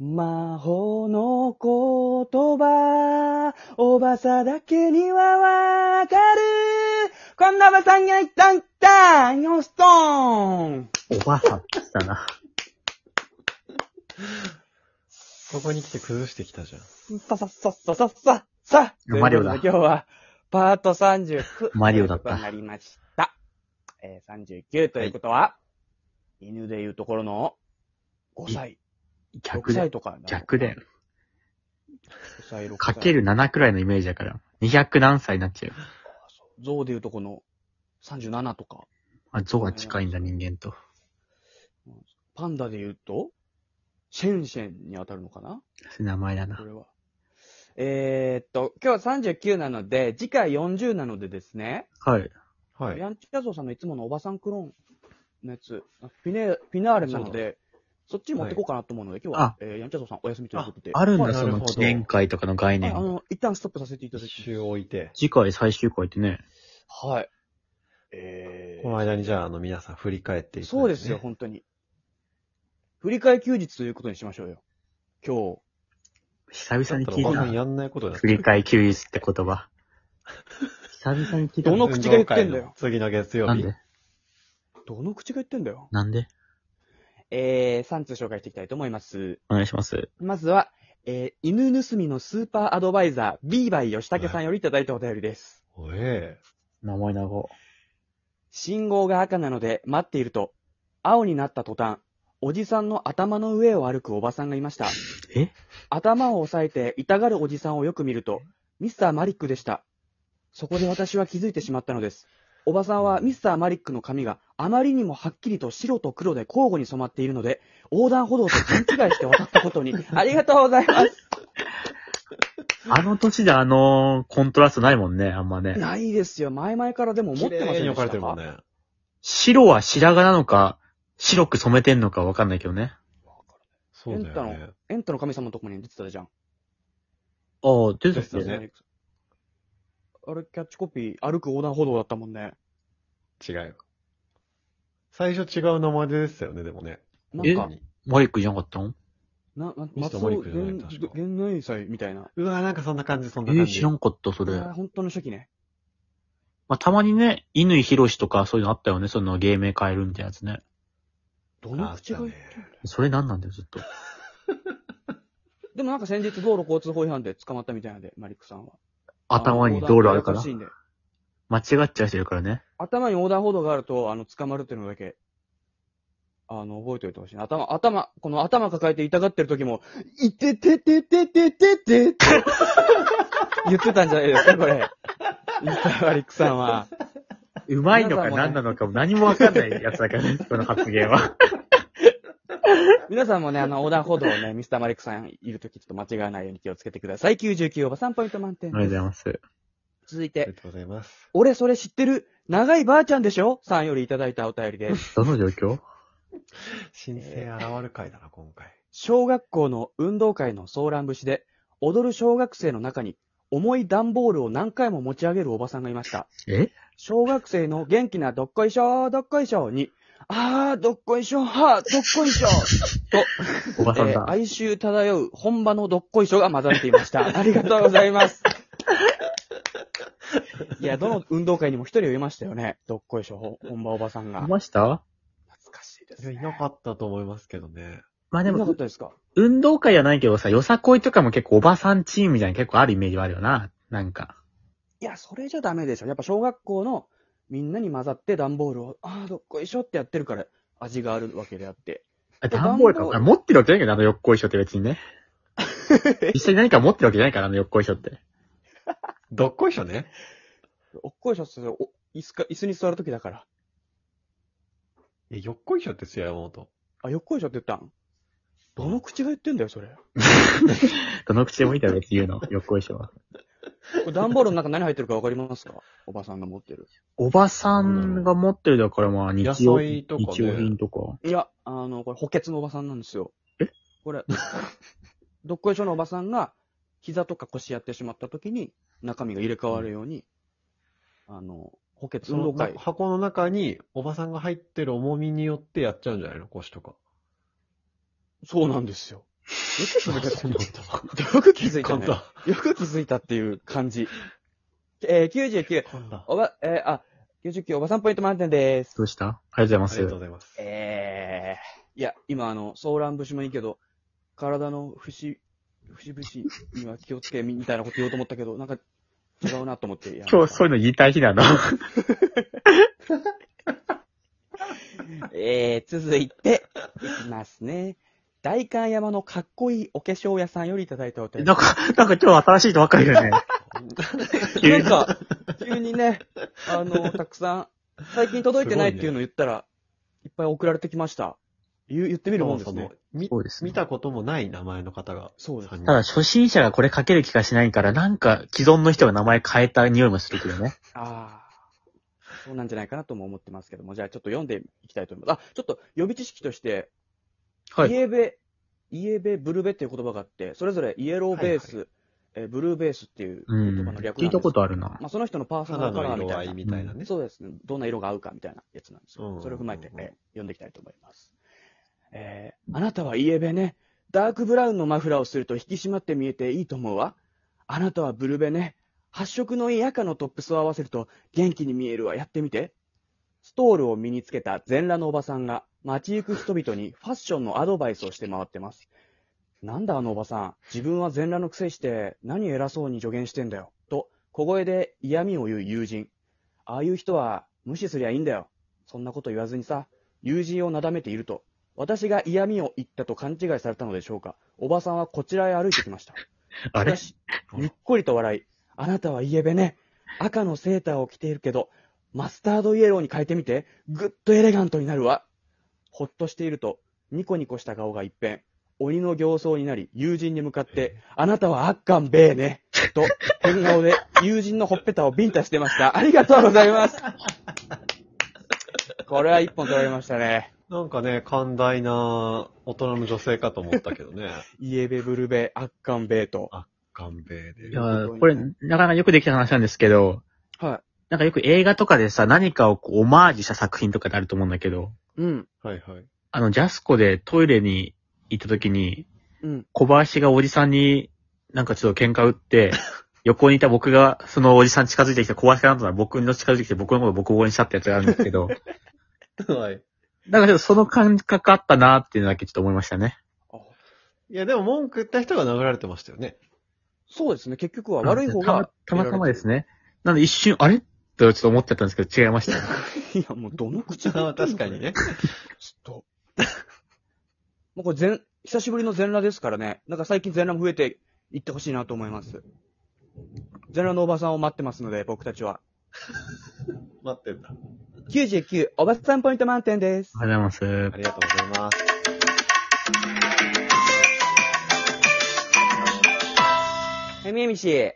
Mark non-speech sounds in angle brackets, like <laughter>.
魔法の言葉、おばさだけにはわかる。こんなばさんがいたんだよストーンおばあさんって言ってたな。ここに来て崩してきたじゃん。さささささささマリオだということで今日は、パート39。マリオだったということになりました。えー、39ということは、犬でいうところの、5歳、6逆だ歳よ。とかなのかな。逆だよ。 5歳、6歳。かける7くらいのイメージだから。200何歳になっちゃう。象でいうとこの37とか、あ、象は近いんだ、人間と。パンダでいうと、シェンシェンに当たるのかなそういう名前だこな。れは。えー、っと、今日は39なので、次回40なのでですね、はい。はい。ヤンチャゾウさんのいつものおばさんクローンのやつ、フィネ、フィナーレなので、そっち持ってこうかなと思うので、今日はあ、えーヤンチャゾウさんお休みということで。あるんだ、はいそなのるほど記念会とかのは概い、念あ。の、一旦ストップさせていただ一きま周置いて、次回最終回ってね。す。はい。えこのー、間にじゃあ、あの、皆さん振り返っていただいてねそうですよ、。本当に。振り替え休日ということにしましょうよ。今日。久々に聞おいばさんたやんないことになっ振り替え休日って言葉。久々に聞いどたな。の口が言ってんだよ運動会の次の月曜なん日。でどの口が言ってんだよ。なんでえー、3通紹介していきたいと思います。お願いします。まずは、えー、犬盗みのスーパーアドバイザー、ビーバイ吉武さんよりいただいたお便りです。おえ名前長。信号が赤なので待っていると、青になった途端、おじさんの頭の上を歩くおばさんがいました。え頭を押さえて痛がるおじさんをよく見ると、ミスターマリックでした。そこで私は気づいてしまったのです。おばさんはミスターマリックの髪があまりにもはっきりと白と黒で交互に染まっているので、横断歩道と勘違いして渡ったこと <laughs> に、ありがとうございます。あの年であの、コントラストないもんね、あんまね。ないですよ。前々からでも思ってませんでした綺麗に置かれてるもんね。白は白髪なのか、白く染めてんのかわかんないけどね。そうだよね。エンタの神様のとこに出てたじゃん。ああ、出てできすよて。ねあれ、キャッチコピー、歩く横断歩道だったもんね。違うよ。最初違う名前でしたよね、でもね。なん本か当、にマリックじゃなかったのな、な、ミス松ター尾マリックじゃない現確か現内祭みたいな。うわ、なんかそんな感じ、そえんなー、感じ。知らんかった、それ。あーま本当の初期ね。あ、たまにね、犬井博士とかそういうのあったよね、その芸名変えるみたいなやつね。どの口があ言っったねてんだよそれなんなんだよ、ずっと。でもなんか先日道路交通法違反で捕まったみたいなので、マリックさんは。頭に道路あるから横断歩道がややこし。いんで間違っちゃう人いるからね。頭に横断歩道があると、あの、捕まるっていうのだけ、あの、覚えておいてほしいな。頭、頭、この頭抱えて痛がってる時も、いててててててて <laughs> って、言ってたんじゃないですか、これ。ミスターマリックさんは。うまいの皆さかんもね何なのかも何もわかんないやつだからね、その発言は。皆さんもね、あの、横断歩道をね、ミスターマリックさんいる時ちょっと間違わないように気をつけてください。99おば3ポイント満あ点りがとうでございす。ます。続いありてが、とうございます。俺それ知ってる、長いばあちゃんでしょさんよりいただいたお便り <laughs> です。どの状況新生現る回だな、今回。小学校の運動会のソーラン節で、踊る小学生の中に、重い段ボールを何回も持ち上げるおばさんがいました。え小学生の元気などっこいしょー、どっこいしょーに、あー、どっこいしょー、はー、どっこいしょー、おばさんえだー、。哀愁漂う本場のどっこいしょが混ざっていま <laughs> した。ありがとうございます。いや、どの運動会にも一人いましたよね。どっこいしょ、本場おばさんがい。ました懐かしいでいす、や、ね。いなかったと思いますけどね。まあでいなかっも、たですか運動会じゃないけどさ、よさこいとかも結構おばさんチームみたいな結構あるイメージはあるよな。なんか。いや、それじゃダメでしょ。やっぱ小学校のみんなに混ざって段ボールを、ああ、どっこいしょってやってるから味があるわけであって。あ段ボール段ボーか。ルあ持ってるわけじゃないけど、あのよっこいしょって別 <laughs> にね。実際に何か持ってるわけじゃないから、あのよっこいしょって。どっこいしょね。おっこいしょってそれお椅子か、椅子に座るときだから。え、よっこいしょって強いもんと。あ、よっこいしょって言ったんどの口が言ってんだよ、それ。どの口でもいいだろ、別に言うの。 <laughs> よっこいしょは。これ段ボールの中何入ってるかわかりますかおばさんが持ってる。おばさんが持ってるだから、まあ、日野用品菜とかね日用品とか。いや、あの、これ補欠のおばさんなんですよ。えこれ、 <laughs> どっこいしょのおばさんが膝とか腰やってしまったときに中身が入れ替わるように、あの、補欠そ運動の会な。箱の中に、おばさんが入ってる重みによってやっちゃうんじゃないの腰とか。そうなんですよ。く気づいたそうねなんだ。 <laughs> よく気づいた簡ね。単。よく気づいたっていう感じ。えー、99、簡単。おば、えー、あ、99、おばさんポイント満点です。どうしたありがとうごありざいまがとうす。ございます。えー、いや、今あの、ソーラン節もいいけど、体の節、節々には気をつけ、みみたいなこと言おうと思ったけど、なんか、違うなと思って。いや今日そういうの言いたい日な <laughs> の。えー、続いて、いきますね。代官山のかっこいいお化粧屋さんよりいただいたお便りなん。か、なんか今日新しいとばっかりだよ <laughs> ね。急なにんか、急にね、あの、たくさん、最近届いてないっていうのを言ったら、いっぱい送られてきました。言う言ってみるもんですね。みそうですね見たこともない名前の方がそうです3人。ただ初心者がこれ書ける気がしないから、なんか既存の人が名前変えた匂いもするけどね。ああ、そうなんじゃないかなとも思ってますけども、じゃあちょっと読んでいきたいと思います。あ、ちょっと予備知識として、イ。エベ、イエベ、ブルベっていう言葉があって、それぞれイエローベース、えーブルーベースっていう <laughs> う言ん葉の略なんです。聞いたことあるな。まあ、その人のパーソナ肌ルカラのーみ色た合いいな。みたいなね。そうですね。どんな色が合うかみたいなやつなんですうんうんうよ。んそれを踏まえて、えー読んでいきたいと思います。えーあなたはイエベね。ダークブラウンのマフラーをすると引き締まって見えていいと思うわ。あなたはブルベね。発色のいい赤のトップスを合わせると元気に見えるわ。やってみて。ストールを身につけた全裸のおばさんが街行く人々にファッションのアドバイスをして回ってます。なんだあのおばさん、自分は全裸のくせして何偉そうに助言してんだよ。と、小声で嫌味を言う友人。ああいう人は無視すりゃいいんだよ。そんなこと言わずにさ、友人をなだめていると、私が嫌味を言ったと勘違いされたのでしょうか。おばさんはこちらへ歩いてきました。 <laughs> あれしかしにっこりと笑い。あなたはイエベね。赤のセーターを着ているけど、マスタードイエローに変えてみて、ぐっとエレガントになるわ。ほっとしていると、ニコニコした顔が一変。鬼の形相になり、友人に向かって、あなたはアッカンベーね。と、変顔で友人のほっぺたをビンタしてました。ありがとうございます。これは一本取られましたね。なんかね、寛大な大人の女性かと思ったけどね。イエベブルベ、アッカンベーと。勘弁で。いやーこれ、なかなかよくできた話なんですけど、はなんかよく映画とかでさ、何かをこうオマージュした作品とかであると思うんだけど、い。うん。はいはい。あの、ジャスコでトイレに行った時に、うん。小林がおじさんになんかちょっと喧嘩打って、 <laughs> 横にいた僕が、そのおじさん近づいてきて、小林がなんとなく僕の近づいてきて、僕のことをボコボコにしたってやつがあるんですけ <laughs> ど、はい。なんかちょっとその感覚あったなーっていうのだけちょっと思いましたね。あいや、でも文句言った人が殴られてましたよね。そうですね。結局は悪い方たが。たまたまですね。なんで一瞬、あれとちょっと思ってたんですけど、違い <laughs> ました。いや、もうどの口で言 <laughs> あってんの <laughs> 確かに。ね。ちょっと。もうこれ全、久しぶりの全裸ですからね。なんか最近全裸も増えていってほしいなと思います。全裸のおばさんを待ってますので、僕たちは。待ってんだ。 99、おばさんポイント満点ですお。はようございますあ。りがとうございます。えみえみし、